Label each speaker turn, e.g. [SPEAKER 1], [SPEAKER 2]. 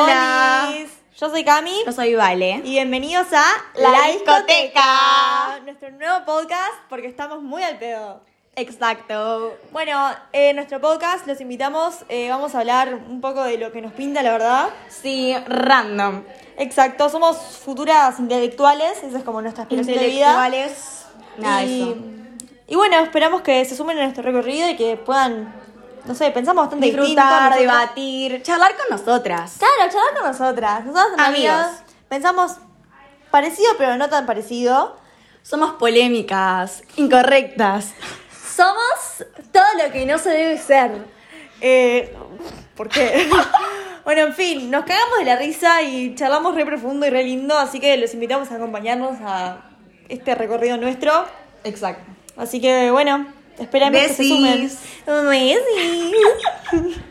[SPEAKER 1] Hola.
[SPEAKER 2] Olis. Yo soy Cami
[SPEAKER 1] Yo soy Vale.
[SPEAKER 2] y bienvenidos a
[SPEAKER 1] La Discoteca.
[SPEAKER 2] nuestro nuevo podcast porque estamos muy al pedo.
[SPEAKER 1] Exacto.
[SPEAKER 2] Bueno, en nuestro podcast los invitamos, eh, vamos a hablar un poco de lo que nos pinta, la verdad.
[SPEAKER 1] Sí, random.
[SPEAKER 2] Exacto, somos futuras intelectuales, esa es como nuestra aspiración de vida.
[SPEAKER 1] Intelectuales. Nada de eso.
[SPEAKER 2] y bueno, esperamos que se sumen a nuestro recorrido y que puedan, no sé, pensamos bastante
[SPEAKER 1] Disfrutar,
[SPEAKER 2] distinto, nosotras-
[SPEAKER 1] debatir, charlar con nosotras.
[SPEAKER 2] Claro, charlar con nosotras. Nosotras
[SPEAKER 1] Amigos.
[SPEAKER 2] amigas pensamos parecido, pero no tan parecido.
[SPEAKER 1] Somos polémicas, incorrectas. Somos todo lo que no se debe ser.
[SPEAKER 2] Eh, ¿Por qué? bueno, en fin, nos cagamos de la risa y charlamos re profundo y re lindo, así que los invitamos a acompañarnos a este recorrido nuestro.
[SPEAKER 1] Exacto.
[SPEAKER 2] Así que bueno, esperamos que se sumen.
[SPEAKER 1] Besis.
[SPEAKER 2] Besis.